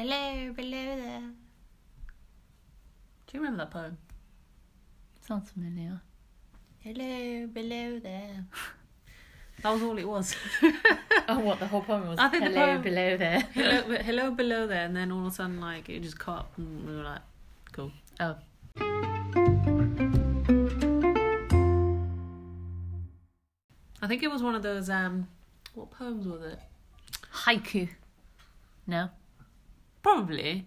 Hello, below there. Do you remember that poem? Sounds familiar. Hello, below there. That was all it was. Oh, what the whole poem was. I think the Hello, poem- below there. hello, but hello below there, and then all of a sudden, like it just cut up, and we were like, cool. Oh, I think it was one of those. um What poems was it? haiku. No. Probably.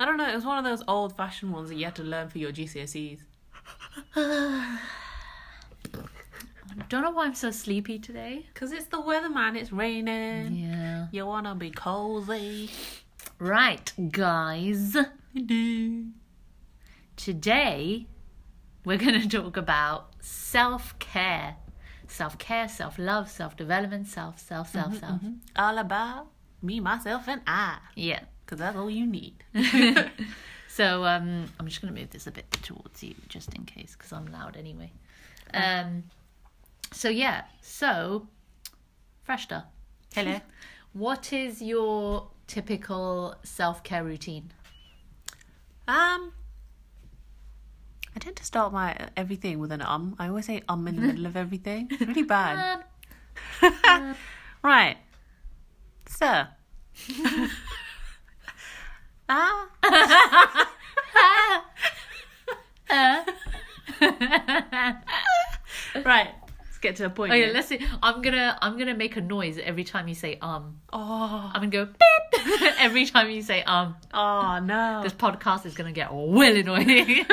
I don't know. It was one of those old-fashioned ones that you had to learn for your GCSEs. Don't know why I'm so sleepy today. Cause it's the weather, man. It's raining. Yeah. You wanna be cozy? Right, guys. Today, we're going to talk about self care. Self care, self love, self development, self, self, self, self. All about me, myself, and I. Yeah. Cause that's all you need. So um, I'm just going to move this a bit towards you just in case because I'm loud anyway. Um, so, yeah. So, Freshta, Hello. what is your typical self care routine? Um, I tend to start my everything with an um. I always say um in the middle of everything. It's really bad. Um, Right. So. ah. uh, Right. Let's get to the point. okay, here. let's see. I'm gonna I'm gonna make a noise every time you say um. oh, I'm gonna go beep every time you say um. oh no. This podcast is gonna get well annoying.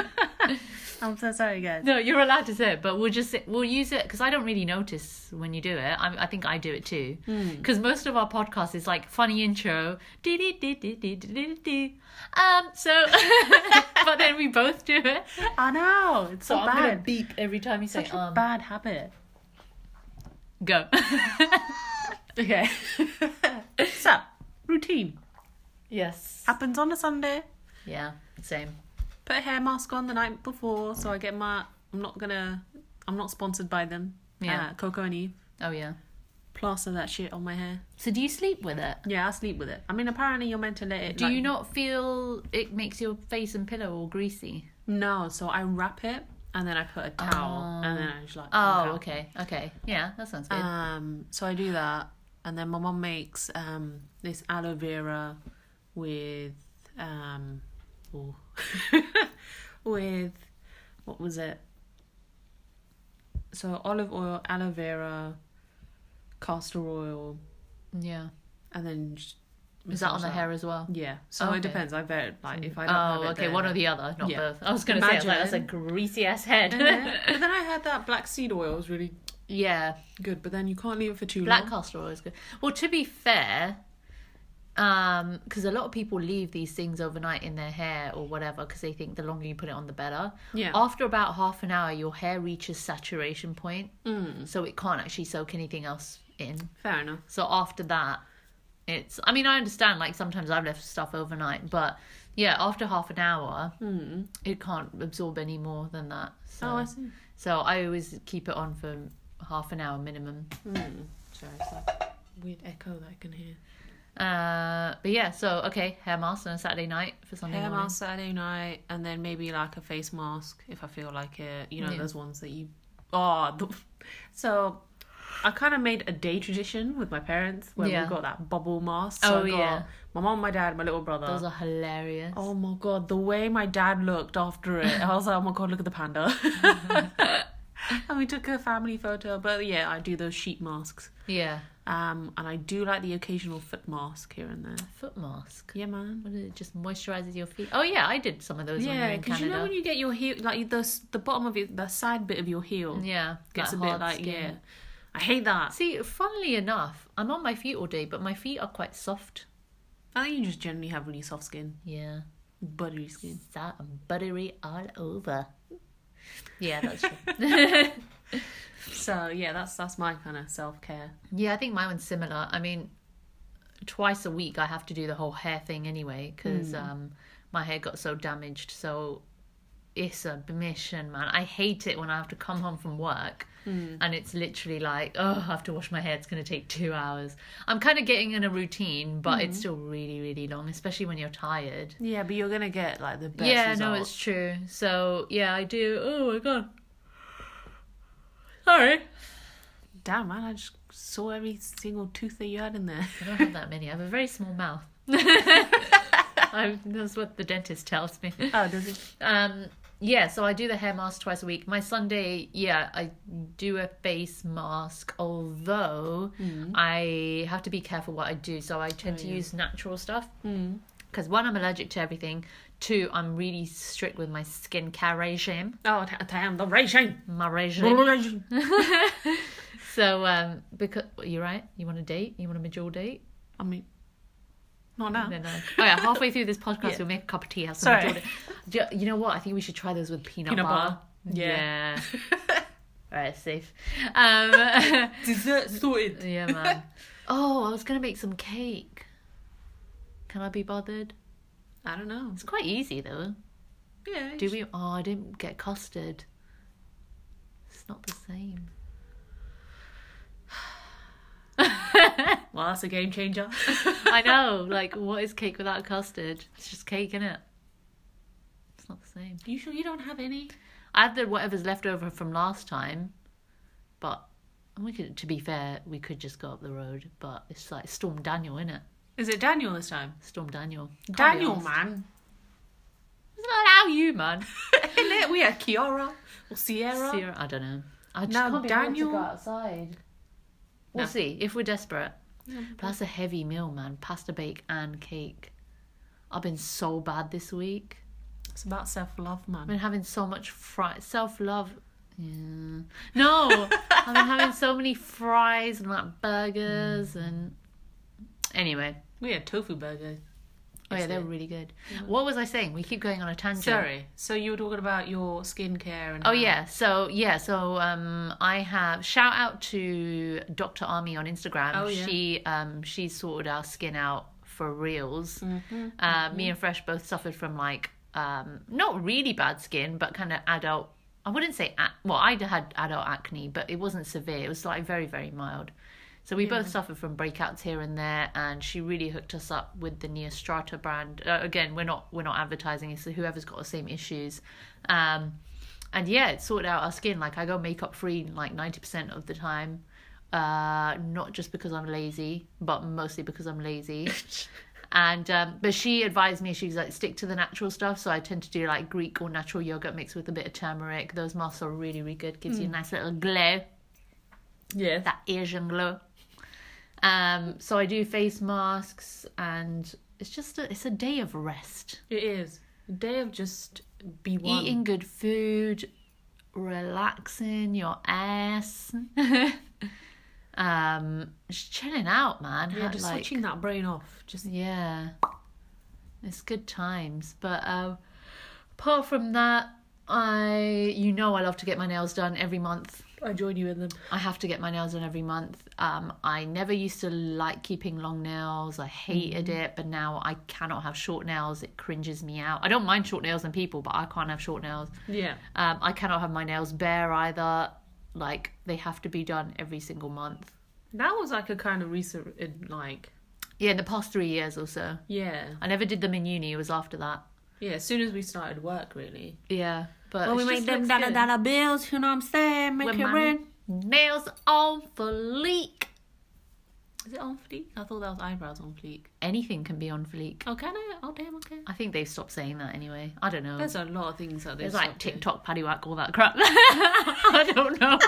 I'm so sorry, guys. no, you're allowed to say it, but we'll just say, we'll use it because I don't really notice when you do it. I, I think I do it too Hmm. because most of our podcast is like funny intro, dee dee dee dee dee dee dee dee. Um, so but then we both do it. I know. It's so, So I'm gonna bad. beep every time you say Such a um. bad habit. Go. Okay. so, routine yes. happens on a Sunday. Yeah. Same. put a hair mask on the night before so I get my I'm not gonna I'm not sponsored by them. Yeah. Uh, Coco and Eve. Oh yeah. Plaster that shit on my hair. So do you sleep with it? Yeah, I sleep with it. I mean apparently you're meant to let it Do like- you not feel it makes your face and pillow all greasy? No, so I wrap it and then I put a towel Oh. and then I just like plonk Oh, out. okay, okay, yeah, that sounds good. Um so I do that and then my mum makes um this aloe vera with um ooh, with what was it? So olive oil, aloe vera, castor oil, yeah, and then just is that on massage the hair as well? Yeah. So Okay. it depends. I bet like if I don't have Oh, it okay, there, one or then- the other, not Yeah. both. I was gonna say, I was like, that's a greasy ass head. Yeah. but then I heard that black seed oil is really yeah, good, but then you can't leave it for too black long. castor oil is good. Well, to be fair, um, because a lot of people leave these things overnight in their hair or whatever because they think the longer you put it on, the better. Yeah. After about half an hour, your hair reaches saturation point, Hmm. so it can't actually soak anything else in. Mm, Fair enough. So after that, it's. I mean, I understand. Like sometimes I've left stuff overnight, but yeah, after half an hour, Mm. it can't absorb any more than that. So, Oh, I see. so I always keep it on for half an hour minimum. Sorry, it's like weird echo that I can hear. Uh, but yeah, so okay, hair mask on a Saturday night for Sunday Hair morning. mask Saturday night, and then maybe like a face mask if I feel like it. You know, Yeah. those ones that you. Oh, the... so I kind of made a day tradition with my parents where Yeah. we got that bubble mask. So Oh, I got yeah. My mom, my dad, my little brother. Those are hilarious. Oh my god, the way my dad looked after it, I was like, oh my god, look at the panda. and we took a family photo, but yeah, I do those sheet masks. Yeah, Um, and I do like the occasional foot mask here and there. foot mask. Yeah, man. What is it just moisturizes your feet? Oh yeah, I did some of those when we were Yeah, in because Canada. you know when you get your heel, like the s- the bottom of your, the side bit of your heel yeah, gets that a bit hard like skin. yeah. I hate that. See, funnily enough, I'm on my feet all day, but my feet are quite soft. I think you just generally have really soft skin, Yeah, buttery skin. that and buttery all over. Yeah, that's true. So yeah, that's that's my kind of self care. yeah, I think my one's similar. I mean, twice a week I Hmm. have to do the whole hair thing anyway because um, my hair got so damaged. So it's a mission, man. I hate it when I have to come home from work Hmm. and it's literally like, oh, I have to wash my hair. It's going to take two hours. I'm kind of getting in a routine, but Hmm. it's still really, really long, especially when you're tired. Yeah, but you're gonna get like the best. yeah, no, result. it's true. So, yeah, I do. Oh, my God. Sorry. damn man. I just saw every single tooth that you had in there. I don't have that many. I have a very small mouth. i that's what the dentist tells me. oh, does it? Um, yeah, so I do the hair mask twice a week. My Sunday, yeah, I do a face mask, although Hmm. I have to be careful what I do. So I tend Oh, to use natural stuff Mm. because one, I'm allergic to everything. Two, I'm really strict with my skincare regime. Oh, ta- damn the regime. My regime. Regime. so, um, because you're right, you want a date? You want a major date? I mean, not now. No, no. Oh yeah, halfway through this podcast, Ah. Yeah. we'll make a cup of tea. Have some Sorry. Jordan. Do You, you know what? I think we should try those with peanut, Peanut butter. butter. Yeah. All right, safe. Um, Dessert sorted. yeah, man. Oh, I was gonna make some cake. Can I be bothered? I don't know. It's quite easy though. Yeah. Do we? Oh, I didn't get custard. It's not the same. Well, that's a game changer. I know. Like, what is cake without custard? It's just cake, innit? It's not the same. You sure you don't have any? I had the whatever's left over from last time, but and we could. To be fair, we could just go up the road, but it's like Storm Daniel, innit? Is it Daniel this time? Storm Daniel. Can't be Daniel, arsed. man. It's not how you, man. Isn't it? We had Kiara or Sierra. Sierra, I don't know. I just No, can't be bothered to Daniel- go outside. We'll No. see if we're desperate. But that's a heavy meal, man. Pasta, bake, and cake. I've been so bad this week. It's about self love, I've man. been having so much fry self love. Yeah. No, I've been having so many fries and like burgers and anyway. We had tofu burger. Oh yeah, Yes, they're yeah. really good. What was I saying? We keep going on a tangent. Sorry. Uh-huh. So you were talking about your skincare and Oh how- yeah, so yeah, so um, I have shout out to Dr. Army on Instagram. Oh, yeah. She um, she sorted our skin out for reals. Mm-hmm, uh, Me and Fresh both suffered from like um, not really bad skin, but kind of adult. I wouldn't say ac- well, I had adult acne, but it wasn't severe. It was like very very mild. So we both suffered from breakouts here and there, and she really hooked us up with the Neostrata brand. Uh, again, we're not we're not advertising. It's whoever's got the same issues. Um, and yeah, it sorted out our skin. Like I go makeup free like ninety percent of the time, uh, not just because I'm lazy, but mostly because I'm lazy. and um, but she advised me she was like stick to the natural stuff. So I tend to do like Greek or natural yogurt mixed with a bit of turmeric. Those masks are really really good. Gives you Mm. a nice little glow Yeah. that Asian glow. Um, so I do face masks, and it's just a, it's a day of rest, It is. A day of just be one. eating good food, relaxing your ass, um, just chilling out, man. Yeah, Ha- just like- switching that brain off. Just Yeah. It's good times. But um, apart from that, I you know I love to get my nails done every month. I join you in them. I have to get my nails done every month. Um, I never used to like keeping long nails. I hated it, but now I cannot have short nails. It cringes me out. I don't mind short nails and people, but I can't have short nails. Yeah. Um, I cannot have my nails bare either. Like they have to be done every single month. That was like a kind of recent, in, like, Yeah, in the past three years or so, yeah. I never did them in uni. It was after that. Yeah, as soon as we started work, really. Yeah, but Well, it's we just make them looks dollar good. dollar bills, you know what I'm saying? Make With it my rain. nails on fleek. Is it on fleek? I thought that was eyebrows on fleek. Anything can be on fleek. Oh, can I? Oh, damn, okay. I think they've stopped saying that anyway. I don't know. There's a lot of things that they It's stopped like doing. TikTok, paddywhack, all that crap. I don't know.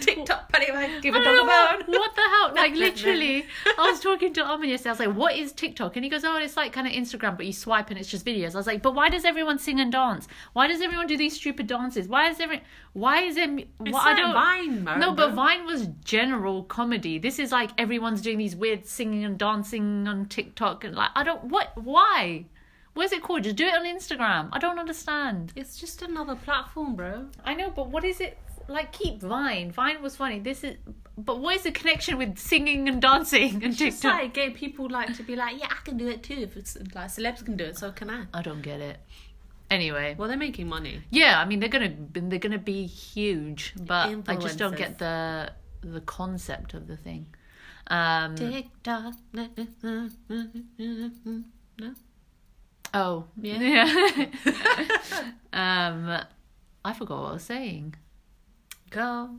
TikTok, anyway. Give I don't know what, what the hell? Like literally, I was talking to Armin yesterday. I was like, "What is TikTok?" And he goes, "Oh, it's like kind of Instagram, but you swipe and it's just videos." I was like, "But why does everyone sing and dance? Why does everyone do these stupid dances? Why is everyone? Why is it? It's Why, I not don't. mine, Mara, No, but don't- Vine was general comedy. This is like everyone's doing these weird singing and dancing on TikTok, and like I don't what why. Where's it called? Just do it on Instagram. I don't understand. It's just another platform, bro. I know, but what is it like? Keep Vine. Vine was funny. This is, but what is the connection with singing and dancing and Just TikTok? like gay people like to be like, yeah, I can do it too. If it's like celebs can do it, so can I. I don't get it. Anyway, Well, they're making money. yeah, I mean they're gonna they're gonna be huge, but I just don't Influencers. get the the concept of the thing. Um, TikTok. oh yeah. um, I forgot what I was saying. Girl,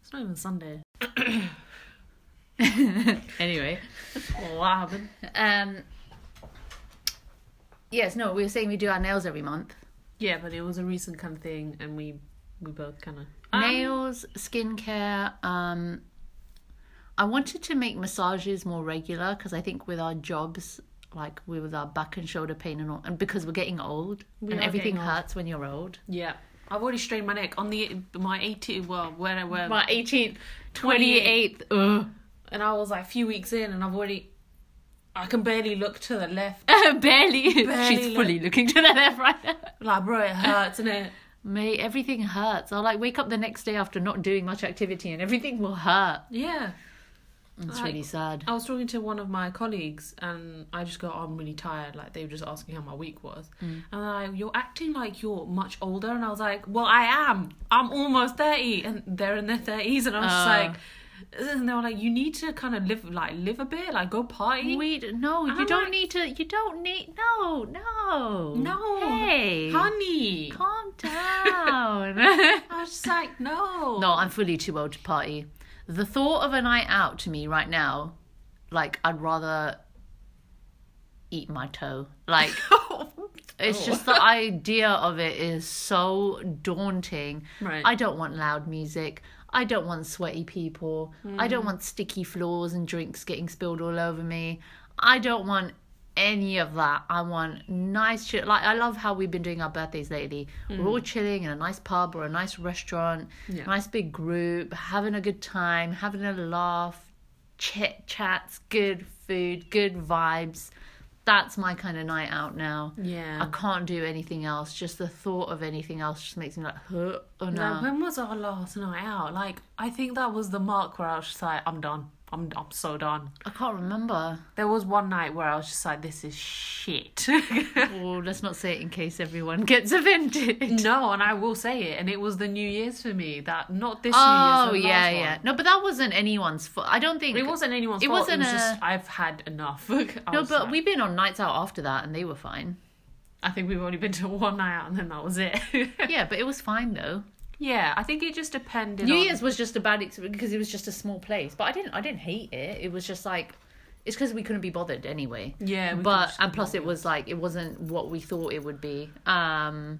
it's not even Sunday. Anyway, What happened? um, yes, no, we were saying we do our nails every month. Yeah, but it was a recent kind of thing, and we we both um, kind of nails skincare um i wanted to make massages more regular because i think with our jobs like we with our back and shoulder pain and all and because we're getting old We and are everything getting old. hurts when you're old Yeah, I've already strained my neck on the my 18. Well, where where my 18th 28th, 28th ugh. and I was like a few weeks in, and I've already I can barely look to the left. barely, she's Barely fully looking to the left right now Like, bro, it hurts, and it. May everything hurts. I'll like wake up the next day after not doing much activity and everything will hurt. Yeah, It's Like- really sad. I was talking to one of my colleagues, and I just go, "Oh, I'm really tired. Like they were just asking how my week was, Mm. and they're like, you're acting like you're much older, and I was like, well, I am. I'm almost thirty, and they're in their thirties, and I was just Oh. like. And they were like, you need to kind of live, like live a bit, like go party. We d- no, you I'm don't like- need to. You don't need no, no, No. Hey, honey. calm down. I was just like, no. no, I'm fully too old to party. The thought of a night out to me right now, like I'd rather eat my toe. Like Oh. it's just the idea of it is so daunting. Right. I don't want loud music. I don't want sweaty people. I don't Hmm. want sticky floors and drinks getting spilled all over me. I don't want any of that. I want nice shit. Like I love how we've been doing our birthdays lately. We're all chilling in a nice pub or a nice restaurant, Hmm. Yeah. nice big group, having a good time, having a laugh, chit chats, good food, good vibes. That's my kind of night out now. I Yeah. can't do anything else. Just the thought of anything else just makes me like, huh, oh no. Like, when was our last night out? Like, I think that was the mark where I was just like, I'm done. I'm, I'm so done. I can't remember. There was one night where I was just like, this is shit. Well, let's not say it in case everyone gets offended. no, and I will say it. And it was the New Year's for me. That not this Oh New Year's. the yeah, last yeah. one. No, but that wasn't anyone's fault. I don't think It wasn't anyone's It fault. wasn't it was a- just I've had enough. No, but we've been on nights out after that, and they were fine. I think we've only been to one night out, and then that was it. yeah, but it was fine though. yeah, I think it just depended. New on... Year's was just a bad experience because it was just a small place. But I didn't, I didn't hate it. It was just like, it's because we couldn't be bothered anyway. Yeah, we but just- and plus it was like it wasn't what we thought it would be um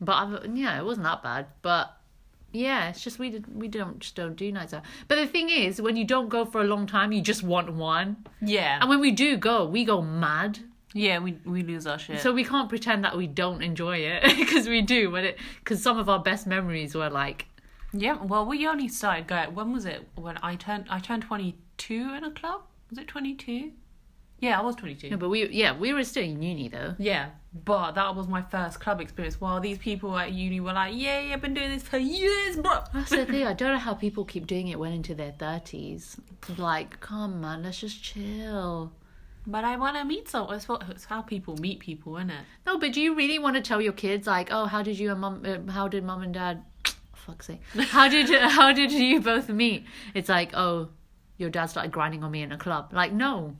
but i yeah it wasn't that bad but yeah it's just we did we don't just don't do nights out but the thing is when you don't go for a long time you just want one yeah, and when we do go we go mad yeah. We we lose our shit. so we can't pretend that we don't enjoy it because we do when it because some of our best memories were like Yeah, well, we only started going. When was it? When I turned I turned twenty two in a club. Was it twenty two? Yeah, I was twenty two. no but we yeah we were still in uni though Yeah, but that was my first club experience. While these people at uni were like, "Yeah, yeah, I've been doing this for years, bro." That's the thing. I don't know how people keep doing it well into their thirties. Like, come on, let's just chill. But I want to meet someone. It's, what, it's how people meet people, isn't it? No, but do you really want to tell your kids like, oh, how did you and mum, uh, how did mum and dad, fuck's sake, how did how did you both meet? It's like, oh, your dad started grinding on me in a club. Like, no,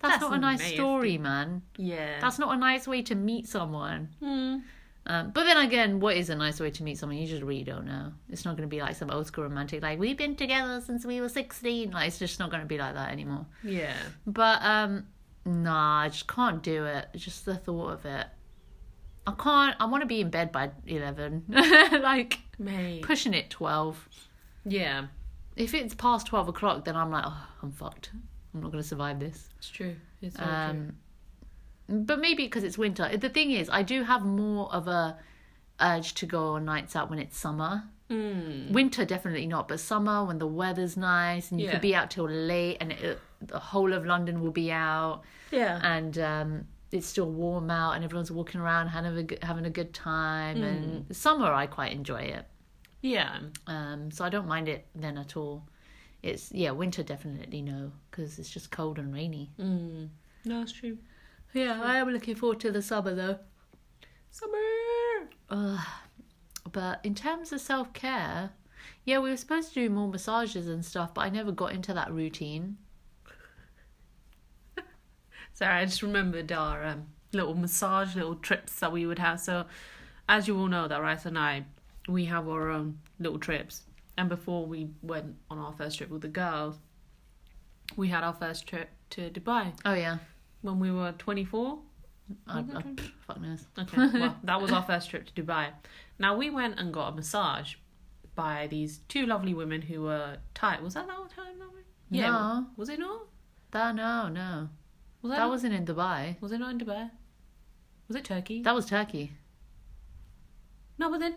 that's, That's not a nice nasty. story, man. Yeah. That's not a nice way to meet someone. Mm. Um, but then again, what is a nice way to meet someone? You just really don't know. It's not going to be like some old school romantic, like we've been together since we were sixteen. Like it's just not going to be like that anymore. Yeah. But um nah, I just can't do it. Just the thought of it. I can't I wanna be in bed by eleven. like Mate. pushing it twelve. Yeah, If it's past twelve o'clock then I'm like, oh, I'm fucked. I'm not gonna survive this. it's true. It's very true. Um but maybe because it's winter. The thing is, I do have more of a urge to go on nights out when it's summer. Mm. Winter definitely not, but summer when the weather's nice and you Yeah. could be out till late and it, the whole of London will be out Yeah. and um, it's still warm out and everyone's walking around having a good, having a good time and summer i quite enjoy it yeah. um, so i don't mind it then at all it's yeah winter definitely no because it's just cold and rainy Mm. No, it's true. yeah i am looking forward to the summer though Summer. Ugh. But in terms of self care, yeah, we were supposed to do more massages and stuff, but I never got into that routine. Sorry, I just remembered our um, little massage, little trips that we would have. So, as you all know, that Rice and I, we have our own little trips. And before we went on our first trip with the girls, we had our first trip to Dubai Oh yeah, when we were 24. I, I, Okay. pff, fuck knows. Okay, well, that was our first trip to Dubai. Now, we went and got a massage by these two lovely women who were Thai. Was that our time? that we- Yeah. No. Was it not? That no, no, Was that wasn't in Dubai. Was it not in Dubai? Was it Turkey? That was Turkey. No, but then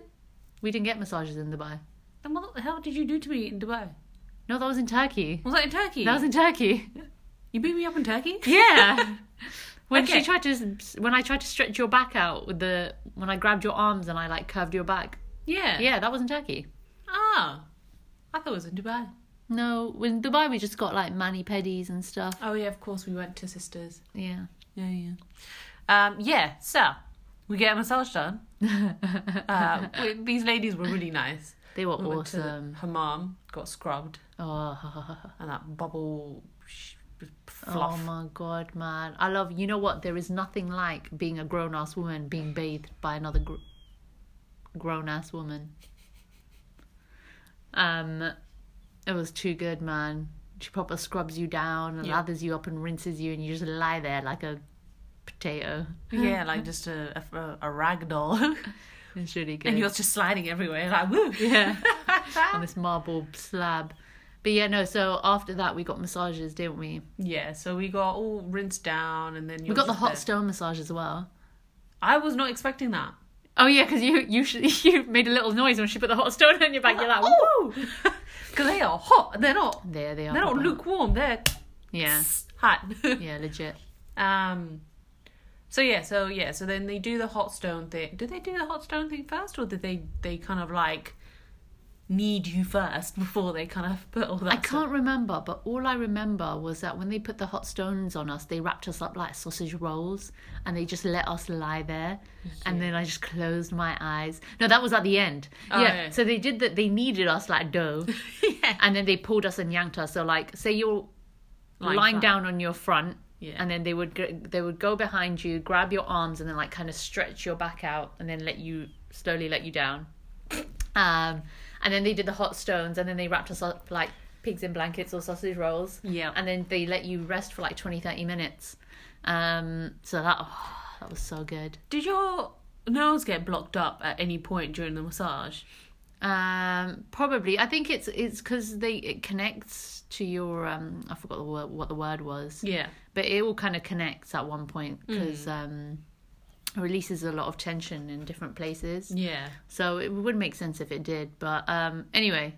We didn't get massages in Dubai. Then what the hell did you do to me in Dubai? No, that was in Turkey. Was that in Turkey? That was in Turkey. You beat me up in Turkey? Yeah. When Okay. she tried to, when I tried to stretch your back out with the, when I grabbed your arms and I like curved your back. Yeah. Yeah, that was in Turkey. Ah. I thought it was in Dubai. No, in Dubai we just got like mani pedis and stuff. Oh yeah, of course we went to sisters. Yeah. Yeah, yeah. Um, yeah, so we get a massage done. uh, we- these ladies were really nice. They were We went to the awesome. hammam, got scrubbed, Oh, and that bubble sh- oh fluff. my god, man! I love. You know what? There is nothing like being a grown ass woman being bathed by another gr- grown ass woman. Um, it was too good, man. She proper scrubs you down and Yeah. lathers you up and rinses you, and you just lie there like a potato. yeah, like just a, a, a rag doll. It's really good. and you're just sliding everywhere, like woo. yeah on this marble slab but yeah no so after that we got massages didn't we Yeah, so we got all rinsed down, and then we got the hot stuff. stone massage as well I was not expecting that. oh yeah because you you sh- you made a little noise when she put the hot stone on your back you're like "Woo!" oh, because they are hot. They're not. there they are They're not Papa. lukewarm. They're yeah hot. yeah legit um. So yeah, so yeah, so then they do the hot stone thing. Did they do the hot stone thing first, or did they they kind of like need you first before they kind of put all that? I can't remember, but all I remember was that when they put the hot stones on us, they wrapped us up like sausage rolls and they just let us lie there. And then I just closed my eyes. No, that was at the end. Oh, yeah. yeah. So they did that. They kneaded us like dough. Yeah. And then they pulled us and yanked us. So like, say you're lying, Lying flat. down on your front. Yeah. And then they would gr- they would go behind you, grab your arms, and then like kind of stretch your back out, and then let you slowly let you down. Um, and then they did the hot stones, and then they wrapped us up like pigs in blankets or sausage rolls. Yeah. And then they let you rest for like 20, 30 minutes. Um, so that oh, that was so good. Did your nose get blocked up at any point during the massage? Um, probably. I think it's it's because they it connects to your um. I forgot the word, what the word was, Yeah. but it all kind of connects at one point Hmm. because um, it releases a lot of tension in different places. Yeah. So it would make sense if it did. But um, anyway,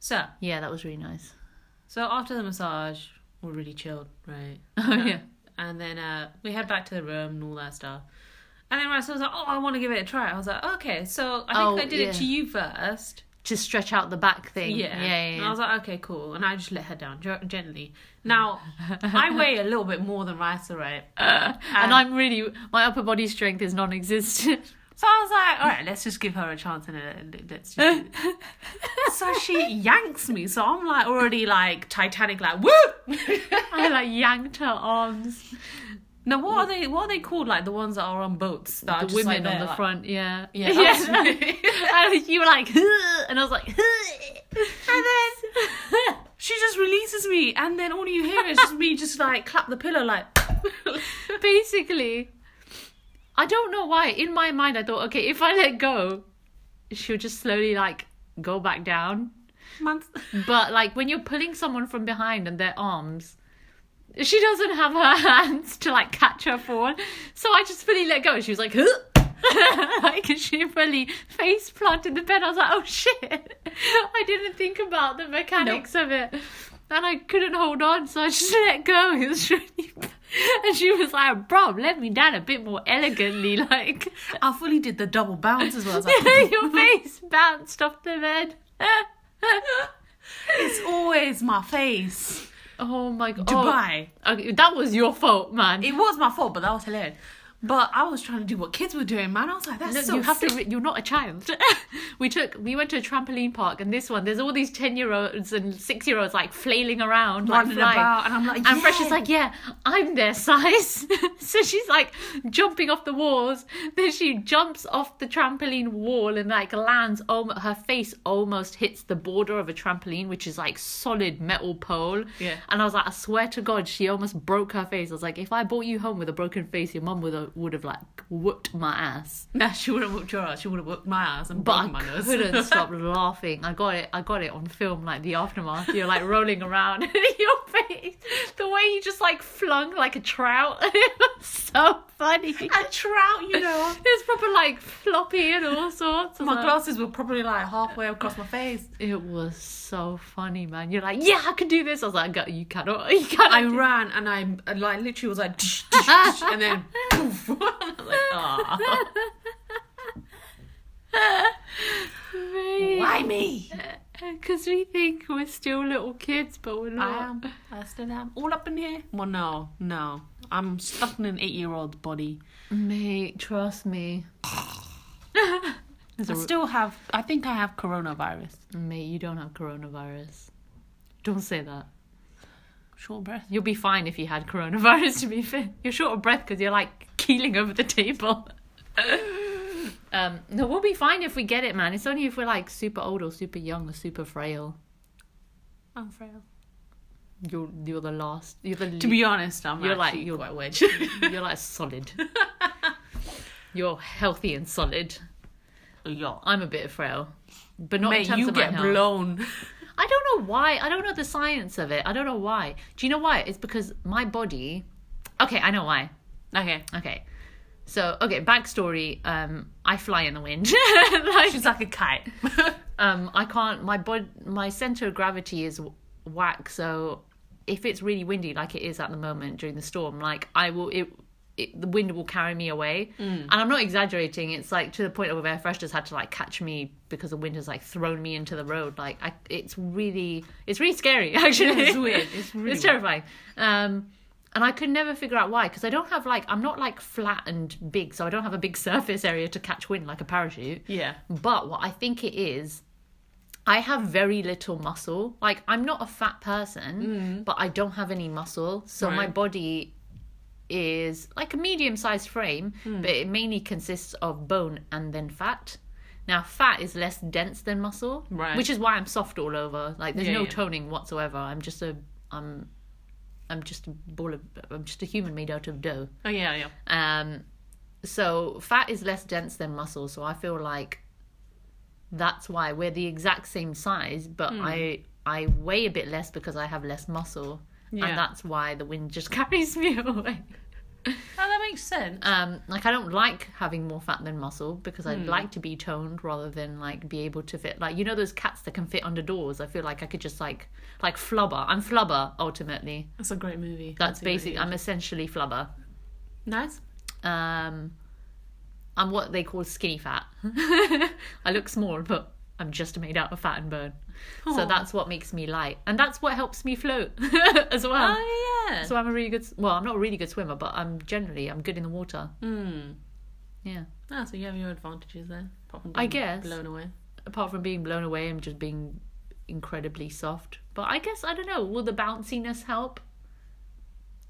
So yeah, that was really nice. so after the massage, we're really chilled, right? Oh yeah. And then uh, we head back to the room and all that stuff. And then Russell was like, "Oh, I want to give it a try." I was like, "Okay, so I think Oh, I did yeah. it to you first. Just stretch out the back thing. Yeah. Yeah. yeah, And yeah. I was like, "Okay, cool." And I just let her down ge- gently. Now I weigh a little bit more than Russell, right? and I'm really my upper body strength is non-existent. So I was like, "All right, let's just give her a chance and uh, let's." Just do this." so she yanks me. So I'm like already like Titanic, like woo. I like yanked her arms. Now what are they? What are they called? Like the ones that are on boats? That are The just, women like, there, on the like- front. Yeah. Yeah. and you were like, "Huh," and I was like, "Huh." and then She just releases me, and then all you hear is just me just like clap the pillow, like. basically, I don't know why. In my mind, I thought, okay, if I let go, she'll just slowly like go back down. Month. But like when you're pulling someone from behind and their arms, she doesn't have her hands to like catch her forward. So I just fully let go. She was like, "Huh." like she fully face planted the bed. I was like, oh shit. I didn't think about the mechanics of it. And I couldn't hold on, so I just let go. It was really and she was like, bro, let me down a bit more elegantly. Like, I fully did the double bounce as well. I was like, your face bounced off the bed. it's always my face. oh my god. Oh. Dubai. Okay, that was your fault, man. It was my fault, but that was hilarious. But I was trying to do what kids were doing, man. I was like, that's Look, so you have sick. to. Re- you're not a child. we took. We went to a trampoline park, and this one, there's all these ten year olds and six year olds like flailing around, like running flying. about, and I'm like, And yeah. Fresh is like, yeah, I'm their size. so she's like jumping off the walls. Then she jumps off the trampoline wall and like lands. Om- her face almost hits the border of a trampoline, which is like solid metal pole. Yeah. And I was like, I swear to God, she almost broke her face. I was like, if I brought you home with a broken face, your mum would have, would have like whooped my ass. nah, she would have whooped your ass. She would have whooped my ass and But broken my I nose. couldn't stop laughing. I got it. I got it on film, like the aftermath. You're like rolling around in your face. The way you just like flung like a trout. it was so funny. a trout, you know. It was proper like floppy and all sorts. I was My like- glasses were probably like halfway across my face. It was so funny, man. You're like, yeah, I can do this. I was like, "Girl, you cannot. You cannot. I do ran and I, I like literally was like, "Tsh, tsh, tsh," and then poof. I was like, ah, why me? Because we think we're still little kids, but we're not. I am. I still am. All up in here. Well, no, no. I'm stuck in an eight-year-old body. Mate, trust me. I still have. I think I have coronavirus. Mate, you don't have coronavirus. Don't say that. Short breath. You'll be fine if you had coronavirus, to be fair. You're short of breath because you're like keeling over the table. um, no, we'll be fine if we get it, man. It's only if we're like super old or super young or super frail. I'm frail. You're you're the last. You're the To be honest, I'm You're you're like- like you're you're- quite weird. you're like solid. you're healthy and solid. yeah. I'm a bit frail, but not in Mate, terms you of my get health. blown. I don't know why. I don't know the science of it. I don't know why. Do you know why? It's because my body. Okay, I know why. Okay. Okay. So, okay, backstory. Um, I fly in the wind. She's like a kite. um, I can't. My bod, my center of gravity is whack. So, if it's really windy, like it is at the moment during the storm, like I will it. It, the wind will carry me away, Mm. and I'm not exaggerating. It's like to the point where Fresh just had to like catch me because the wind has like thrown me into the road. Like I, it's really, it's really scary. Actually, it's weird. It's really it's terrifying. Um, and I could never figure out why because I don't have like I'm not like flat and big, so I don't have a big surface area to catch wind like a parachute. yeah. But what I think it is, I have very little muscle. Like I'm not a fat person, but I don't have any muscle, so my Mm. Right. body is like a medium-sized frame, Hmm. but it mainly consists of bone and then fat. Now, fat is less dense than muscle, Right. which is why I'm soft all over. Like there's Yeah, no yeah. toning whatsoever. I'm just a I'm I'm just a ball of I'm just a human made out of dough. Oh yeah, yeah. Um, so fat is less dense than muscle, so I feel like that's why we're the exact same size, but Hmm. I I weigh a bit less because I have less muscle, Yeah. and that's why the wind just carries me away. Oh, that makes sense. Um, like I don't like having more fat than muscle because Hmm. I'd like to be toned rather than like be able to fit like you know those cats that can fit under doors. I feel like I could just like like flubber. I'm flubber ultimately. That's a great movie. That's a great basically movie. I'm essentially flubber. nice. um I'm what they call skinny fat. I look small, but I'm just made out of fat and bone. Aw. So that's what makes me light, and that's what helps me float as well. Oh yeah. So I'm a really good. s- Well, I'm not a really good swimmer, but I'm generally I'm good in the water. Mm. Yeah. Ah, so you have your advantages then. apart from I being guess. blown away. Apart from being blown away, I'm just being incredibly soft. But I guess I don't know. Will the bounciness help?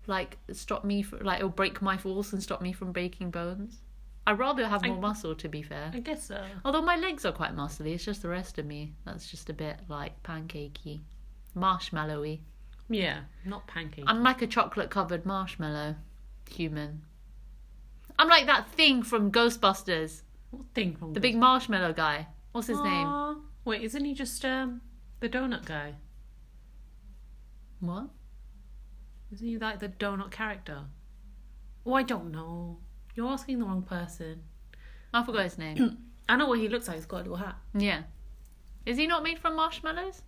Like stop me fr like it'll break my falls and stop me from breaking bones. I'd rather have I- more muscle, to be fair. I guess so. Although my legs are quite muscly, it's just the rest of me that's just a bit like pancakey, marshmallowy. Yeah, not pancake. I'm like a chocolate covered marshmallow human. I'm like that thing from Ghostbusters, what thing from the big marshmallow guy. What's his name? Aw. Wait, isn't he just um the donut guy? What? Isn't he like the donut character? Oh, I don't know. You're asking the wrong person. I forgot his name. I know what he looks like. He's got a little hat. yeah. Is he not made from marshmallows?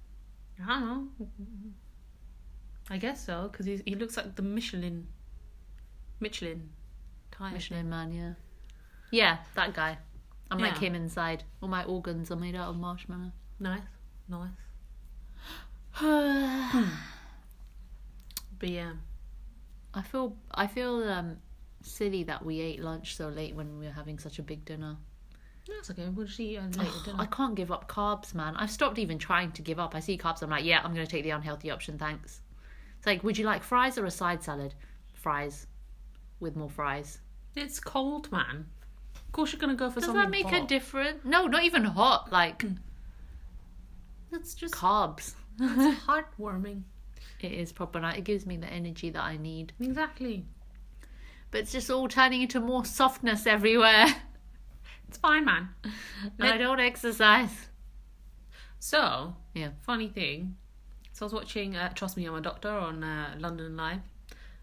I don't know. I guess so, because he looks like the Michelin. Michelin. Tire. Michelin Man, yeah. Yeah, that guy. I'm like Yeah. him inside. All my organs are made out of marshmallow. Nice, nice. Hmm. But yeah, I feel I feel um silly that we ate lunch so late when we were having such a big dinner. That's okay. We'll just eat and later dinner. I can't give up carbs, man. I've stopped even trying to give up. I see carbs, I'm like, yeah, I'm going to take the unhealthy option, thanks. It's like, would you like fries or a side salad? Fries. With more fries. It's cold, man. Of course, you're gonna go for Does something that make a hot. difference? No, not even hot. Like, That's just carbs. heartwarming. It is proper. nice. It gives me the energy that I need. Exactly. But it's just all turning into more softness everywhere. It's fine, man. and I don't exercise. So, Yeah. funny thing. So I was watching uh, Trust Me, I'm a Doctor on uh, London Live.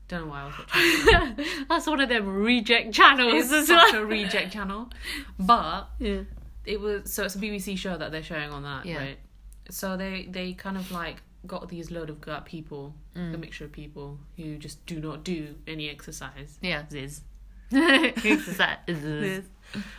Don't know why I was watching. That's one of them reject channels It's as such well. a reject channel, but yeah. it was so it's a BBC show that they're showing on that, Yeah. right? So they they kind of like got these load of gut people, Mm. a mixture of people who just do not do any exercise. Yeah. Ziz. Exercise.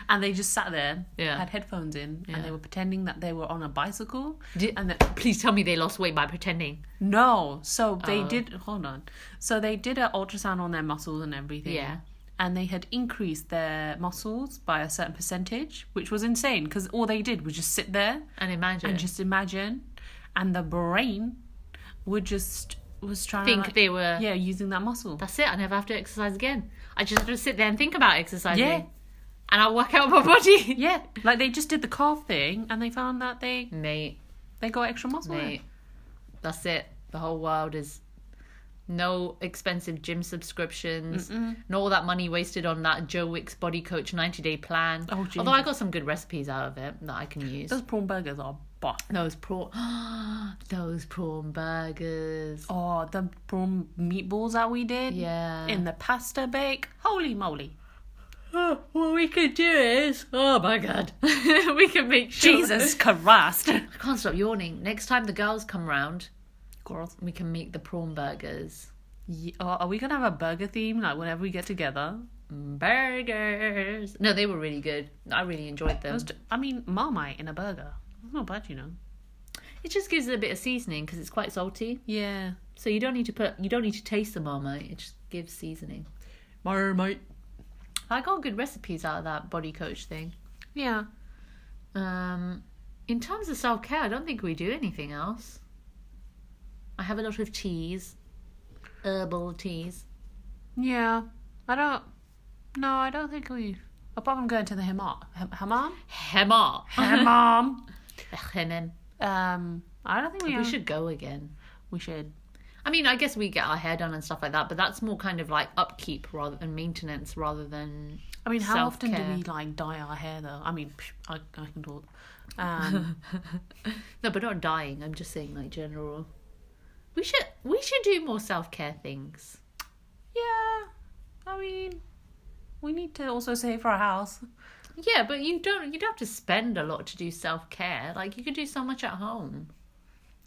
And they just sat there, Yeah. had headphones in, Yeah. and they were pretending that they were on a bicycle. Did- and that Please tell me they lost weight by pretending. No, so they Oh. did. Hold on. So they did an ultrasound on their muscles and everything. Yeah. And they had increased their muscles by a certain percentage, which was insane because all they did was just sit there And imagine. and just imagine, and the brain would just was trying think to like, they were. uh, yeah using that muscle. That's it. I never have to exercise again. I just have to sit there and think about exercising. Yeah. And I'll work out my body. Yeah, like they just did the calf thing, and they found that they Mate, they got extra muscle. in it. mate. That's it. The whole world is no expensive gym subscriptions, no all that money wasted on that Joe Wicks Body Coach 90 day plan. Oh, Jesus. Although I got some good recipes out of it that I can use. Those prawn burgers are buff. Those prawn, those prawn burgers. Oh, the prawn meatballs that we did. Yeah. In the pasta bake. Holy moly. Oh, what we could do is, oh my god, we can make sure. Jesus Christ. I can't stop yawning. Next time the girls come round, Girls. we can make the prawn burgers. Ye- oh, are we going to have a burger theme like whenever we get together? Burgers. No, they were really good. I really enjoyed them. Those t- I mean, Marmite in a burger. It's not bad, you know. It just gives it a bit of seasoning because it's quite salty. Yeah. So you don't need to put, you don't need to taste the marmite. It just gives seasoning. Marmite. I got good recipes out of that body coach thing. Yeah. Um, in terms of self care, I don't think we do anything else. I have a lot of teas, herbal teas. Yeah. I don't. No, I don't think we. Apart from going to the hammam. Ham- hammam? Hema. Hammam. Hemem. um, I don't think we, We should. should go again. We should. I mean, I guess we get our hair done and stuff like that, but that's more kind of like upkeep rather and maintenance rather than I mean, how often do Self-care. we like dye our hair though? I mean, psh, I, I can do it. Um, no, but not dying. I'm just saying like general. We should we should do more self care things. yeah, I mean, we need to also save for a house. Yeah, but you don't you don't have to spend a lot to do self care. Like you can do so much at home.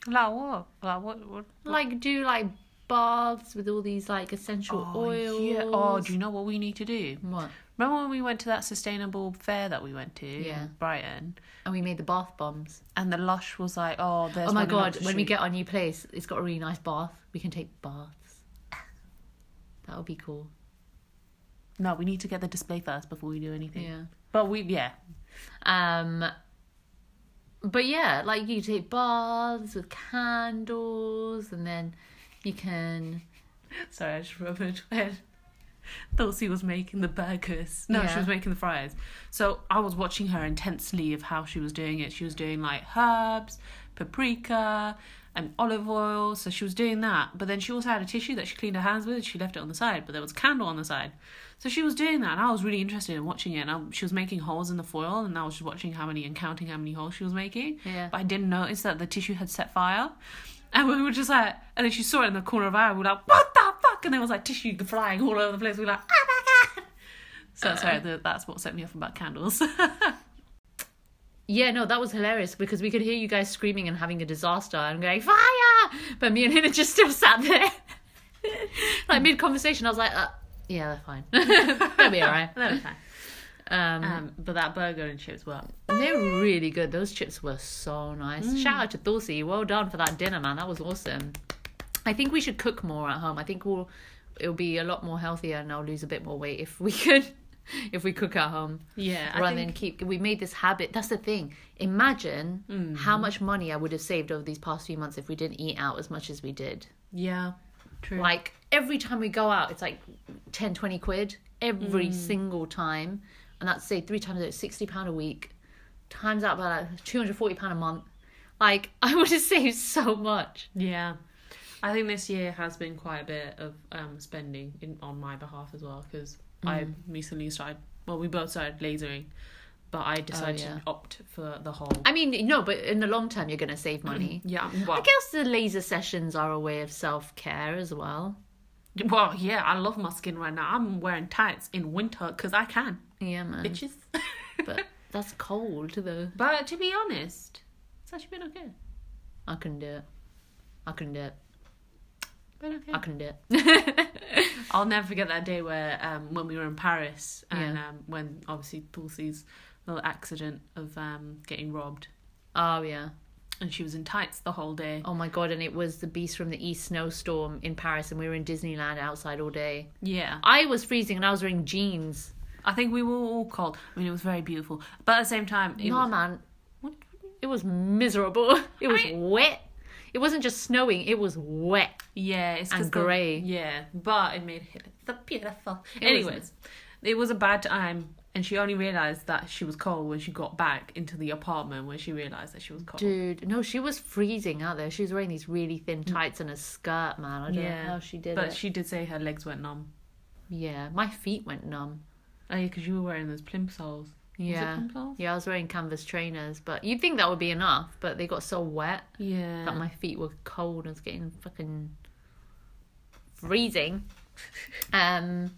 Like what? Like what? what? like do like baths with all these like essential oils. yeah. Oh, do you know what we need to do? What? Remember when we went to that sustainable fair that we went to Yeah. in Brighton, And we made the bath bombs. and the lush was like, oh, there's oh my one in god! Oxford When we Street. get our new place, it's got a really nice bath. We can take baths. That would be cool. no, we need to get the display first before we do anything. Yeah. But we, yeah, Um. But yeah, like you take baths with candles, and then you can. Sorry, I just remembered when Dulcie was making the burgers. No, Yeah. she was making the fries. So I was watching her intensely of how she was doing it. She was doing like herbs, paprika, and olive oil. So she was doing that. But then she also had a tissue that she cleaned her hands with. She left it on the side, but there was a candle on the side. So she was doing that, and I was really interested in watching it. And I, she was making holes in the foil, and I was just watching how many and counting how many holes she was making. Yeah. But I didn't notice that the tissue had set fire. And we were just like, and then she saw it in the corner of our eye. We were like, what the fuck? And there was like tissue flying all over the place. We were like, oh my god. So sorry, th- that's what set me off about candles. Yeah, no, that was hilarious because we could hear you guys screaming and having a disaster and going fire, but me and Hannah just still sat there. like mid conversation, I was like, uh, "Yeah, they're fine. They'll be alright." Um, um, but that burger and chips were they're really good. Those chips were so nice. Shout out to Dulcie. Well done for that dinner, man. That was awesome. I think we should cook more at home. I think we'll it'll be a lot more healthier, and I'll lose a bit more weight if we can, if we cook at home Yeah. I rather think- than keep. We made this habit. That's the thing. Imagine Mm. how much money I would have saved over these past few months if we didn't eat out as much as we did. yeah. True. Like every time we go out, it's like 10, 20 quid every Mm. single time. And that's say three times, it's 60 pound a week, times out by like 240 pound a month. Like I would have saved so much. Yeah. I think this year has been quite a bit of um, spending in, on my behalf as well because Mm. I recently started, well, we both started lasering, but I decided yeah. to opt for the whole. I mean, no, but in the long term, you're going to save money. yeah, well, I guess the laser sessions are a way of self care as well. well, yeah, I love my skin right now. I'm wearing tights in winter because I can, Yeah, man. bitches. But that's cold though. but to be honest, it's actually been okay. I couldn't do it. I couldn't do it. Been okay. I couldn't do it. I'll never forget that day where um, when we were in Paris and Yeah. um, when obviously Dulce's little accident of um, getting robbed oh yeah. and she was in tights the whole day. Oh my god, and it was the Beast from the East snowstorm in Paris, and we were in Disneyland outside all day. Yeah, I was freezing and I was wearing jeans. I think we were all cold. I mean, it was very beautiful, but at the same time, it No, was, man. It was miserable. It was wet. It wasn't just snowing, it was wet. yeah, it's And 'cause the- grey. Yeah, but it made it the beautiful. It was- Anyways, it was a bad time, and she only realized that she was cold when she got back into the apartment where she realized that she was cold. Dude, no, she was freezing out there. She was wearing these really thin tights and a skirt, man. I don't Mm. Yeah, know how she did but it. she did say her legs went numb. Yeah, my feet went numb. Oh yeah, because you were wearing those plimsolls. Yeah. plimsolls? Yeah, I was wearing canvas trainers, but you'd think that would be enough, but they got so wet Yeah. that my feet were cold and was getting fucking freezing. Um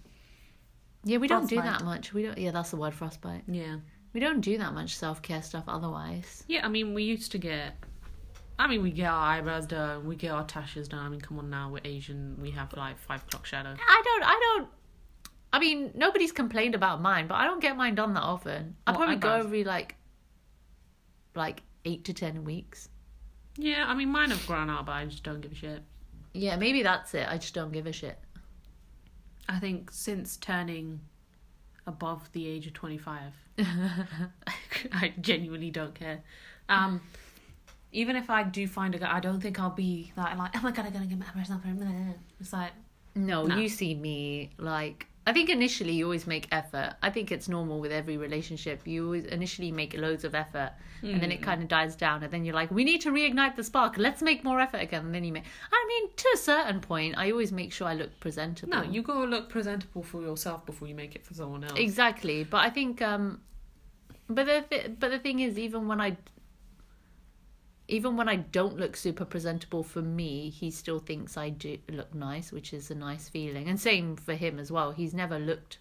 Yeah, we don't do Frostbite. that much. We don't yeah, that's the word frostbite. yeah. We don't do that much self care stuff otherwise. Yeah, I mean, we used to get. I mean, we get our eyebrows done, we get our tashes done. I mean, come on now, we're Asian, we have like five o'clock shadow. I don't I don't I mean, nobody's complained about mine, but I don't get mine done that often. I What, probably go eyebrows? every like like eight to ten weeks. Yeah, I mean, mine have grown out, but I just don't give a shit. Yeah, maybe that's it. I just don't give a shit. I think since turning above the age of 25, I genuinely don't care. Um, even if I do find a guy, I don't think I'll be that like, oh my god, I'm gonna get my eyebrows done for him. It's like, No, No. you see me like I think initially you always make effort. I think it's normal with every relationship. You always initially make loads of effort and Hmm. then it kind of dies down and then you're like, we need to reignite the spark. Let's make more effort again. And then you make I mean, to a certain point, I always make sure I look presentable. no, you gotta look presentable for yourself before you make it for someone else. Exactly, but I think um but the th- but the thing is even when I even when I don't look super presentable for me, he still thinks I do look nice, which is a nice feeling. And same for him as well. He's never looked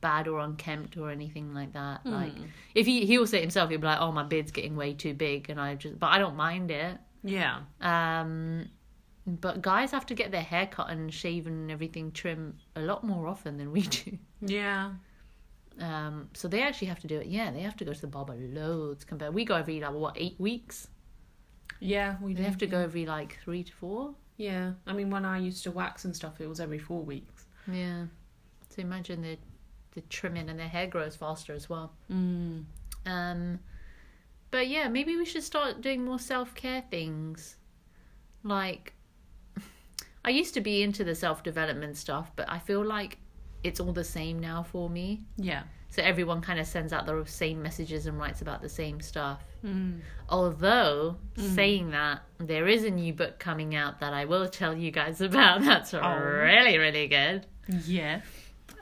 bad or unkempt or anything like that. Hmm. Like if he he'll say himself, he'll be like, "Oh, my beard's getting way too big," and I just but I don't mind it. yeah. Um, but guys have to get their hair cut and shaven and everything trim a lot more often than we do. Yeah. Um, so they actually have to do it. Yeah, they have to go to the barber loads compared. We go every like what eight weeks. Yeah, we They do. have to go every like three to four. Yeah, I mean, when I used to wax and stuff, it was every four weeks. Yeah. So imagine the the trimming and their hair grows faster as well. Mm. Um, but yeah, maybe we should start doing more self care things. Like, I used to be into the self development stuff, but I feel like it's all the same now for me. Yeah. So everyone kind of sends out the same messages and writes about the same stuff. Mm. Although saying that, there is a new book coming out that I will tell you guys about. That's really, really good. Yeah.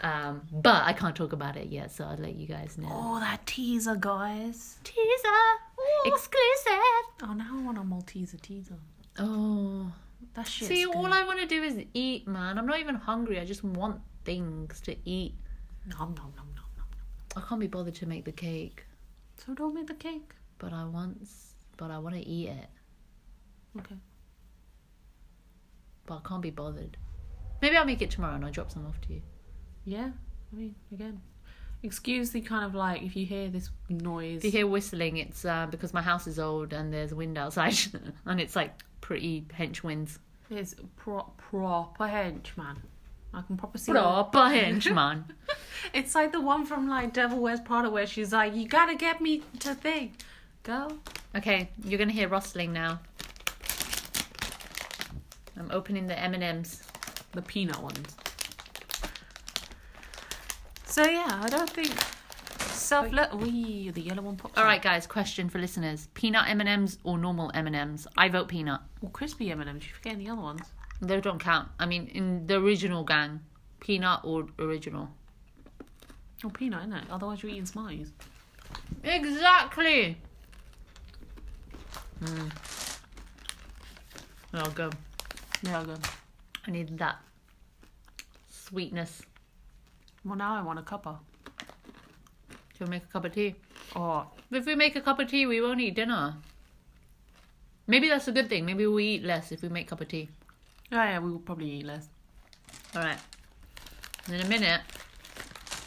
Um, but I can't talk about it yet, so I'll let you guys know. Oh, that teaser, guys. Teaser Oh. exclusive. Oh, now I want a Malteser teaser. Oh, That shit. see, all I want to do is eat, man. I'm not even hungry. I just want things to eat. Nom, nom, nom, nom, nom. I can't be bothered to make the cake, So don't make the cake. but I want, s- but I want to eat it. Okay. But I can't be bothered. Maybe I'll make it tomorrow and I'll drop some off to you. Yeah. I mean, again, excuse the kind of like if you hear this noise. If you hear whistling, it's uh, because my house is old and there's wind outside, and it's like pretty hench winds. It's pro- proper hench, man. I can proper see. that. Proper henchman. It's like the one from like Devil Wears Prada where she's like, "You gotta get me to thing, girl." okay, you're gonna hear rustling now. I'm opening the M and M's. The peanut ones. So yeah, I don't think self love. We the yellow one pops. All out. right, guys. Question for listeners: peanut M and M's or normal M and M's? I vote peanut. Well, crispy M and M's. You forgetting the other ones? They don't count. I mean, in the original gang, peanut or original. Oh, peanut, isn't it? Otherwise, you're eating Smarties. Exactly. Mm. Oh, go. Yeah, good. I need that sweetness Well, now I want a cuppa. to make a cup of tea. Oh, If we make a cup of tea, we won't eat dinner. Maybe that's a good thing. Maybe we eat less if we make cup of tea. yeah, yeah. We will probably eat less. All right. In a minute,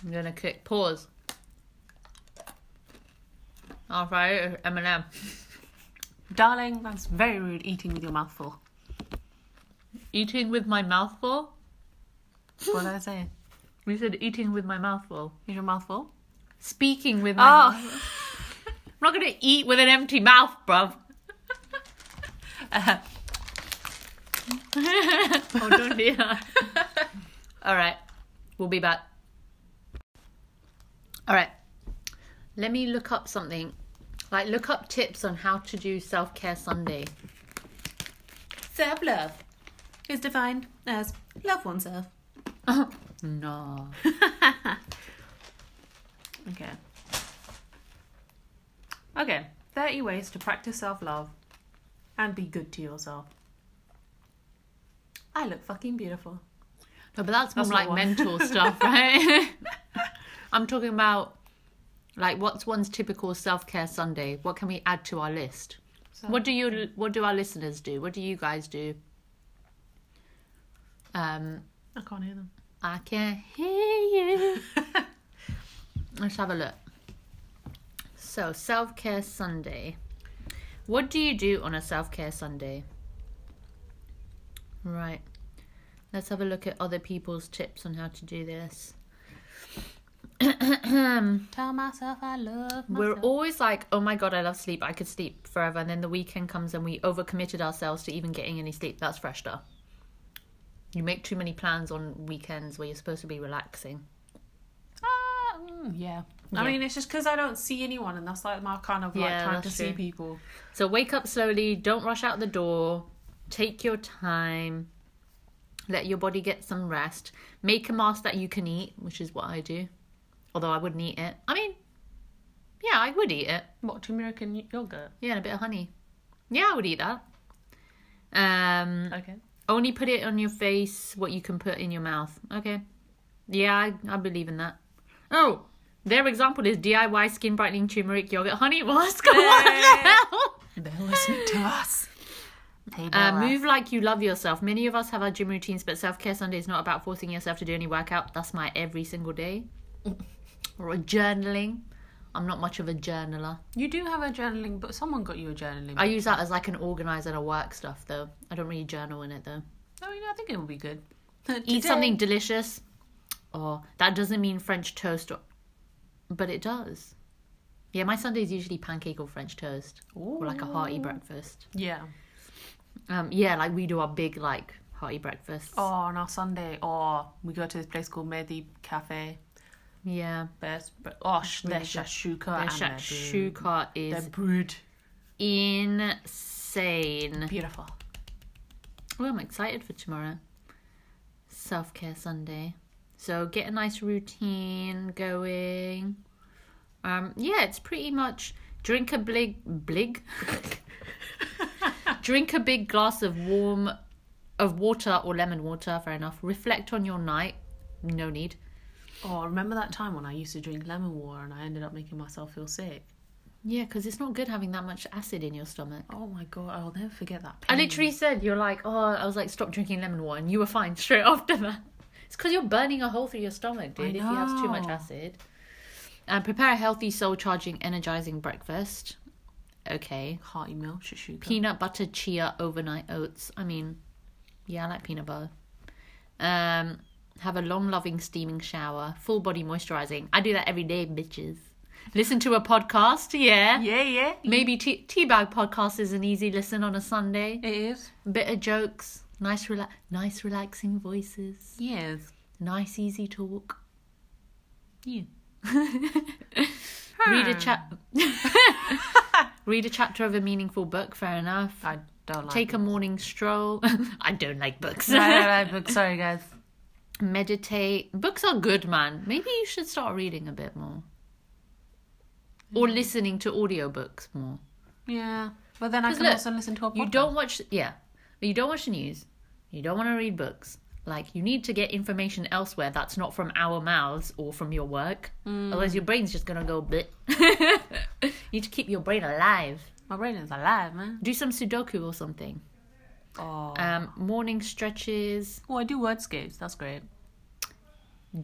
I'm gonna click pause. After I eat M and M, Darling, that's very rude. Eating with your mouth full. eating with my mouth full. What did I say? We said eating with my mouth full. Is your mouth full? Speaking with my mouth. Oh, I'm not gonna eat with an empty mouth, bruv. oh, don't do that. All right, we'll be back. All right, let me look up something. Like, look up tips on how to do self care Sunday. self love is defined as love oneself. No. Okay. Okay, 30 ways to practice self love and be good to yourself. I look fucking beautiful. No, but that's more That's not like one. mental stuff, right? I'm talking about like what's one's typical self care Sunday. What can we add to our list? So, What do you? What do our listeners do? What do you guys do? Um, I can't hear them. I can hear you. Let's have a look. So self care Sunday. What do you do on a self care Sunday? Right. Let's have a look at other people's tips on how to do this. Tell myself I love myself. We're always like, oh my god, I love sleep. I could sleep forever. And then the weekend comes and we overcommitted ourselves to even getting any sleep. That's fresh up. You make too many plans on weekends where you're supposed to be relaxing. Ah, mm, yeah. I Yeah. mean, it's just because I don't see anyone, and that's like my kind of like Yeah, time to that's see true. people. So wake up slowly. Don't rush out the door. Take your time. Let your body get some rest. Make a mask that you can eat, which is what I do. Although I wouldn't eat it. I mean, yeah, I would eat it. What turmeric and yogurt? Yeah, and a bit of honey. Yeah, I would eat that. Um, Okay. Only put it on your face what you can put in your mouth. Okay. Yeah, I, I believe in that. Oh, their example is DIY skin brightening turmeric yogurt honey mask. what the hell? They're listening to us. Uh, move like you love yourself. Many of us have our gym routines, but self care Sunday is not about forcing yourself to do any workout. That's my every single day. or journaling. I'm not much of a journaler. You do have a journaling, but someone got you a journaling. I I, use that as like an organizer and a work stuff though. I don't really journal in it though. I mean, Oh, I think it would be good. eat something delicious. Or that doesn't mean French toast, or, but it does. Yeah, my Sunday is usually pancake or French toast, or like a hearty breakfast. Yeah. Um, yeah, like we do our big like hearty breakfast. Oh, on our Sunday, or we go to this place called Mehdi Cafe. Yeah, Best, but oh, sh- their Really good. shashuka their and their brew. shakshuka Their is brood, insane. beautiful. Oh, I'm excited for tomorrow. Self care Sunday. So get a nice routine going. Um, yeah, it's pretty much drink a blig blig. drink a big glass of warm of water or lemon water. Fair enough. Reflect on your night. No need. Oh, remember that time when I used to drink lemon water and I ended up making myself feel sick? Yeah, because it's not good having that much acid in your stomach. Oh my god, I'll never forget that. I Pain. literally said, "You're like, oh, I was like, stop drinking lemon water," and you were fine straight after that. It's because you're burning a hole through your stomach, dude. I If you have too much know. acid, and prepare a healthy, soul-charging, energizing breakfast. Okay, hearty meal, shashuka. peanut butter, chia, overnight oats. I mean, yeah, I like peanut butter. Um, Have a long, loving, steaming shower. Full body moisturizing. I do that every day, bitches. Listen to a podcast. Yeah. Yeah, yeah. Maybe tea, Teabag podcast is an easy listen on a Sunday. It is. Bit of jokes. Nice, rela- nice, relaxing voices. Yes. Nice, easy talk. Yeah. Read Hmm. a chat. Read a chapter of a meaningful book. Fair enough. I don't like Take it. a morning stroll. I don't like books. No, no, no, but sorry, guys. meditate. Books are good, man. Maybe you should start reading a bit more. Or Hmm. listening to audiobooks more. Yeah. Well, then I 'Cause can look, also listen to a podcast. You don't watch yeah. You don't watch the news. You don't want to read books. Like you need to get information elsewhere that's not from our mouths or from your work. Hmm. Otherwise your brain's just gonna go bit. you need to keep your brain alive. My brain is alive, man. Do some Sudoku or something. Oh. Um, morning stretches, oh, I do wordscapes. That's great.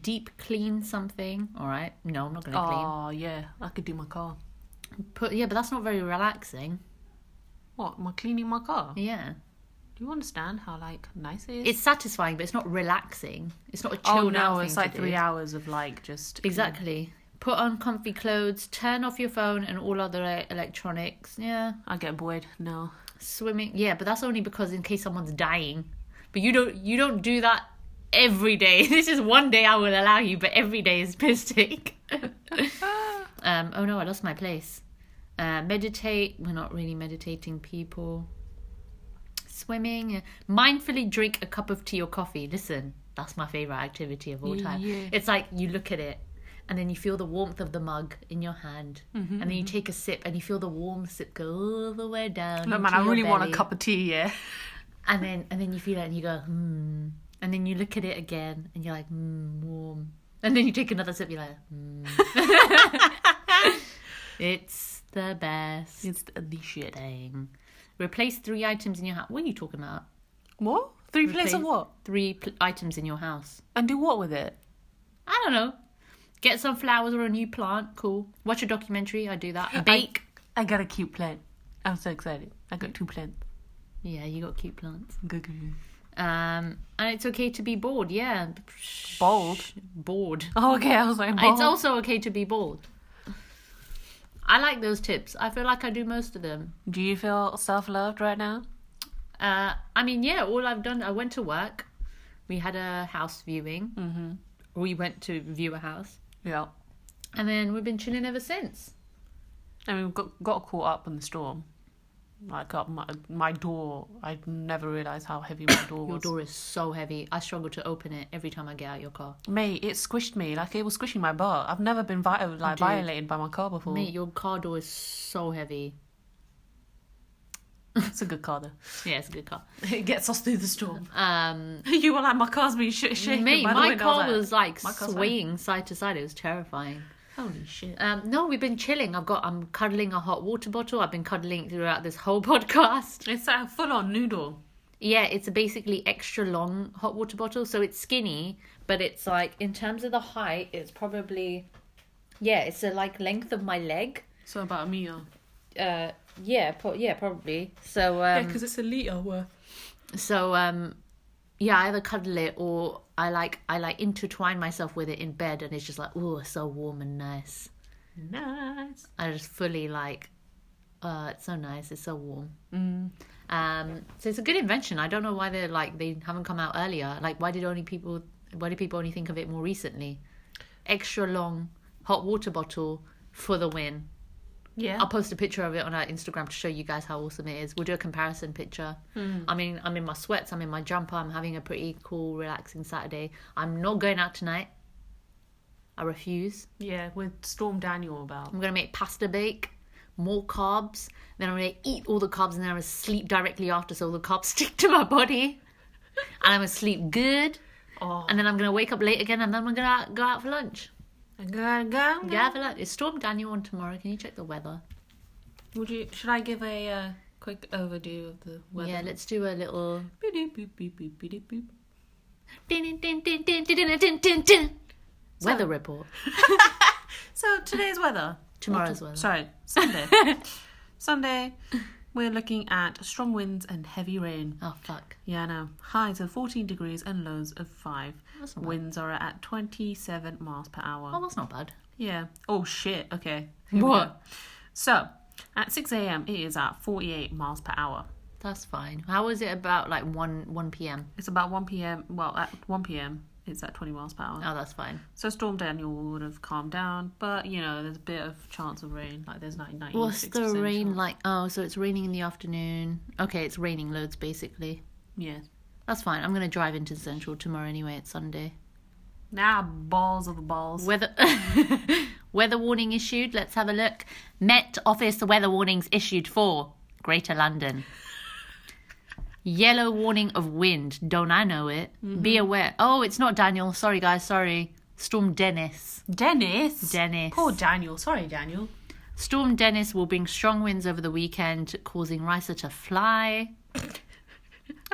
deep clean something. All right. No, I'm not gonna Oh, yeah. I could do my car. clean. Put yeah, but that's not very relaxing. What? My cleaning my car? Yeah. Do you understand how like nice it is? it's satisfying, but it's not relaxing. It's not a chill oh no, out it's thing like to three do. hours of like just Exactly. Put on comfy clothes. Turn off your phone and all other uh, electronics. Yeah. I get bored. No, Swimming. Yeah, but that's only because in case someone's dying. But you don't. You don't do that every day. This is one day I will allow you, but every day is piss take. um. Oh no, I lost my place. Uh, meditate. We're not really meditating people. Swimming. Mindfully drink a cup of tea or coffee. Listen, that's my favorite activity of all time. Yeah. It's like you look at it and then you feel the warmth of the mug in your hand. Mm-hmm, And then you take a sip and you feel the warm sip go all the way down. look, man, into I your really want a belly. cup of tea. Yeah, And then and then you feel it and you go, hmm. And then you look at it again and you're like, hmm, warm. And then you take another sip, you're like, hmm. it's the best it's the shit. thing. Replace three items in your house. What are you talking about? What? Three plates of Replace- what? Three pl- items in your house. And do what with it? I don't know. Get some flowers or a new plant. Cool. Watch a documentary. I do that. Bake. I got a cute plant. I'm so excited. I got two plants. Yeah, you got cute plants. Go, go, go. Um, and it's okay to be bored. Yeah. Bold. Bored. Oh, okay. I was like, It's bold. also okay to be bored. I like those tips. I feel like I do most of them. Do you feel self-loved right now? Uh, I mean, yeah, all I've done, I went to work. We had a house viewing. Mm-hmm. We went to view a house. Yeah. And then we've been chilling ever since. I mean, got got caught up in the storm. I got my my door. I never realized how heavy my door was. Your door is so heavy. I struggle to open it every time I get out your car. Mate, it squished me like it was squishing my butt. I've never been vi- like Dude. violated by my car before. Mate, your car door is so heavy. It's a good car though. Yeah, it's a good car. it gets us through the storm. Um, you were like, my car's been sh- shaking. mate, by the my window." I car was like "My car's swaying side to side. It was terrifying. Holy shit! Um, no, we've been chilling. I've got. I'm cuddling a hot water bottle. I've been cuddling throughout this whole podcast. It's like a full-on noodle. Yeah, it's a basically extra long hot water bottle, so it's skinny, but it's like in terms of the height, it's probably, yeah, it's a like length of my leg. So about a meal. Uh, yeah, pro- yeah, probably. So um, it's a liter worth. So um yeah, I either cuddle it or I like I like intertwine myself with it in bed and it's just like, oh so warm and nice. Nice. I just fully like uh it's so nice, it's so warm. Mm. Um so it's a good invention. I don't know why they're like they haven't come out earlier. Like why did only people why do people only think of it more recently? Extra long hot water bottle for the win. Yeah. I'll post a picture of it on our Instagram to show you guys how awesome it is. We'll do a comparison picture. I mean, I'm in my sweats, I'm in my jumper, I'm having a pretty cool, relaxing Saturday. I'm not going out tonight. I refuse. Yeah, with Storm Daniel about. I'm gonna make pasta bake, more carbs, then I'm gonna eat all the carbs and then I'm gonna sleep directly after so all the carbs stick to my body. and I'm gonna sleep good. Oh. And then I'm gonna wake up late again and then I'm gonna out- go out for lunch. Yeah. Yeah, for lunch. It's Storm Daniel on tomorrow. Can you check the weather? Would you? Should I give a uh, quick overview of the weather? Yeah, let's do a little. Beep, beep, beep, beep, beep, beep. Weather report. So today's weather. Or Tomorrow's to- weather. Sorry, Sunday. Sunday, We're looking at strong winds and heavy rain. Oh fuck. Yeah, I know. Highs of 14 degrees and lows of 5. That's not bad. Winds are at 27 miles per hour. Oh, that's not bad. Yeah. Oh shit. Okay. Here we What? go. So, at 6 a.m., it is at 48 miles per hour. That's fine. How was it about like one one p.m.? It's about 1 p.m. Well, at 1 p.m., it's at 20 miles per hour. Oh, that's fine. So, Storm Daniel would have calmed down, but you know, there's a bit of chance of rain. Like, there's 99. What's the rain like? Oh, so it's raining in the afternoon. Okay, it's raining loads basically. Yeah. That's fine. I'm gonna drive into Central tomorrow anyway. It's Sunday. Nah, balls of balls. Weather weather warning issued. Let's have a look. Met Office weather warnings issued for Greater London. Yellow warning of wind. Don't I know it? Be aware. Oh, it's not Daniel. Sorry, guys. Sorry. Storm Dennis. Dennis. Dennis. Poor Daniel. Sorry, Daniel. Storm Dennis will bring strong winds over the weekend, causing Ricer to fly.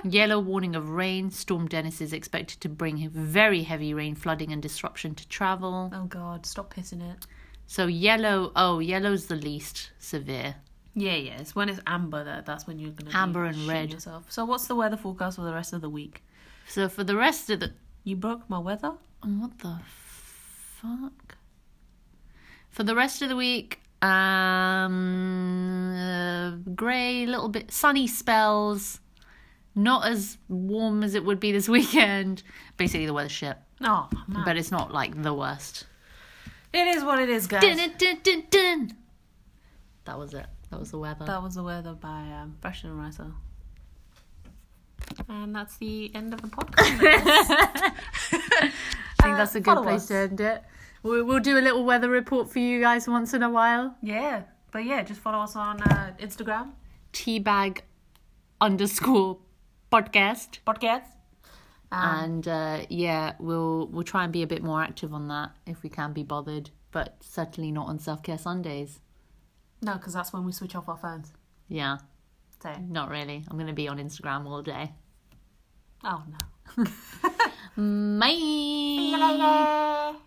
Yellow warning of rain. Storm Dennis is expected to bring very heavy rain, flooding, and disruption to travel. Oh God, stop pissing it. So yellow. Oh, yellow's the least severe. Yeah, yeah. It's when it's amber that that's when you're gonna be Amber and shitting red. yourself. So, what's the weather forecast for the rest of the week? So for the rest of the You broke my weather. what the fuck? For the rest of the week, um, uh, grey, little bit sunny spells. Not as warm as it would be this weekend. Basically, the weather's shit, Oh, man. but it's not like the worst. it is what it is, guys. Dun, dun, dun, dun, dun. That was it. That was the weather. That was the weather by um, Fresh and Ricer. And that's the end of the podcast. I think that's a good follow place us. to end it. We- We'll do a little weather report for you guys once in a while. yeah, but yeah, just follow us on uh, Instagram teabag underscore podcast podcast. and uh, yeah we'll we'll try and be a bit more active on that if we can be bothered but certainly not on self-care sundays No, because that's when we switch off our phones. yeah So, not really i'm gonna be on instagram all day oh no. bye See you later.